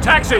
Taxi!